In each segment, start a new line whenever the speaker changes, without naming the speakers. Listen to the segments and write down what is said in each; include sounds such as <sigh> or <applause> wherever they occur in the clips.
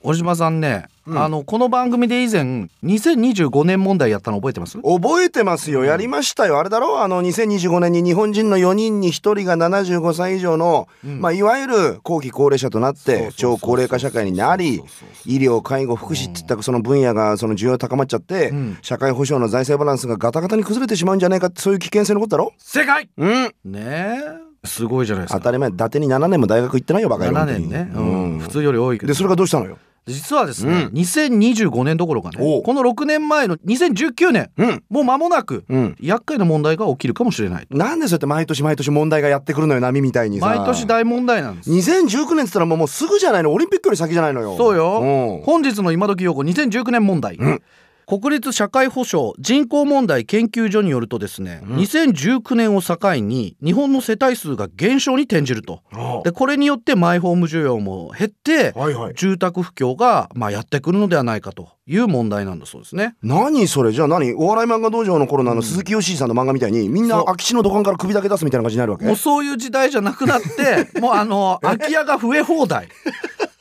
小島さんね、
うん
あのこの番組で以前2025年問題やったの覚えてます
覚えてますよやりましたよあれだろうあの2025年に日本人の4人に1人が75歳以上の、
うん
まあ、いわゆる後期高齢者となっ
そうそう
て
そうそう
超高齢化社会になり
そうそうそう
医療介護福祉っていったその分野がその需要高まっちゃって、
うん
社会保障の財政バランスがガタガタに崩れてしまうんじゃないかってそういう危険性のことだろ
正解
うん
ねえすごいじゃないです
当
か
たり前伊達に7年も大学行ってないよバカ野郎
7
本当に
年ね、う
うん
ん、普通より多いけど
でそれがどうしたのよ
実はですね、
う
2025年どころかね
おう
この6年前の2019年
うん
もう間もなく
うん
厄介な問題が起きるかもしれない
なんでそうやって毎年毎年問題がやってくるのよ波みたいにさ
毎年大問題なんです
2019年っつったらもうもうすぐじゃないのオリンピックより先じゃないのよ
そうよ
ん
本日の今時用語2019年問題、
うん
国立社会保障人口問題研究所によるとですね、
うん
2019年を境に日本の世帯数が減少に転じるとでこれによってマイホーム需要も減って
はいはい
住宅不況がまあやってくるのではないかという問題なんだそうですね。
何それじゃあ何お笑い漫画道場の頃のあ
うん
の鈴木よしさんの漫画みたいにみんな
そう
空き地の土管から首だけ出すみたいな感じになるわけ
もうそういう時代じゃなくなって
<laughs>
もうあの空き家が増え放題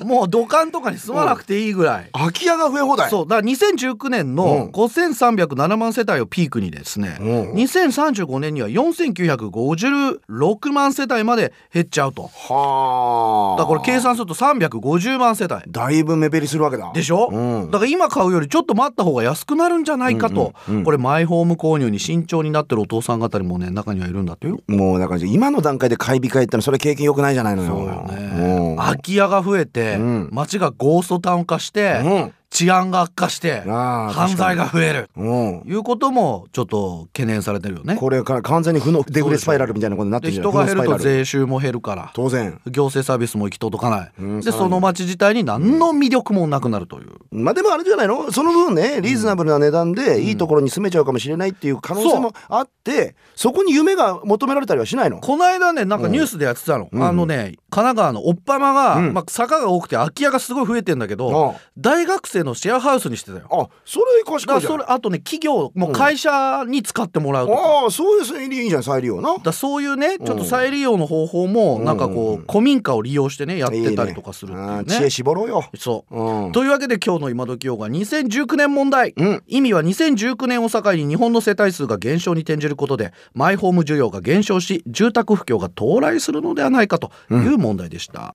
もう土管とかに住まなくていいぐらい。
空き家が増え放題
そうだから2019年の
うん
5307万世帯をピークにですね、
うん
2035年には4956万世帯まで減っちゃうと
はあ
だからこれ計算すると350万世帯
だいぶ目減りするわけだ
でしょ、
うん
だから今買うよりちょっと待った方が安くなるんじゃないかと、
うんうんうん
これマイホーム購入に慎重になってるお父さん方にもね中にはいるんだってよ。
もうだから今の段階で買い控えってのはそれ経験良くないじゃないのよ
そうよ
う
ね
ん
空き家が増えて、
うん
街がゴーストタウン化して、
うん
治安が悪化して
ああ
犯罪が増える
確かにうん
いうこともちょっと懸念されてるよね。
これから完全に負のデフレスパイラルみたいなことになって
で
るじゃ
人
ん
が減る
負の
と
スパイラル
税収も減るから
当然
行政サービスも行き届かない、
うん
で
さらに
その町自体に何の魅力もなくなるという、
まあでもあれじゃないのその分ねリーズナブルな値段でいいところに住めちゃうかもしれないっていう可能性もあってそこに夢が求められたりはしないの
この間ねなんかニュースでやってたの、
うん
あのね神奈川のおっぱまが、
うん
まあ、坂が多くて空き家がすごい増えてんだけど、
あ
大学生のシェアハウスにしてたよ
あそれ賢い
だ
じ
から
ゃ
そ
ん
れあとね企業もう会社に使ってもらうとか,、だか
ああそういうそれいいじゃん再利用な
らそういうねちょっ
う
と
ん
再利用の方法もなんかこう、
うん
古民家を利用してねやってたりとかするっていうね
いいねああ知恵絞ろうよ
そう
うん
というわけで今日の今時用語は2019年問題、
うん
意味は2019年を境に日本の世帯数が減少に転じることでマイホーム需要が減少し住宅不況が到来するのではないかという問題でした、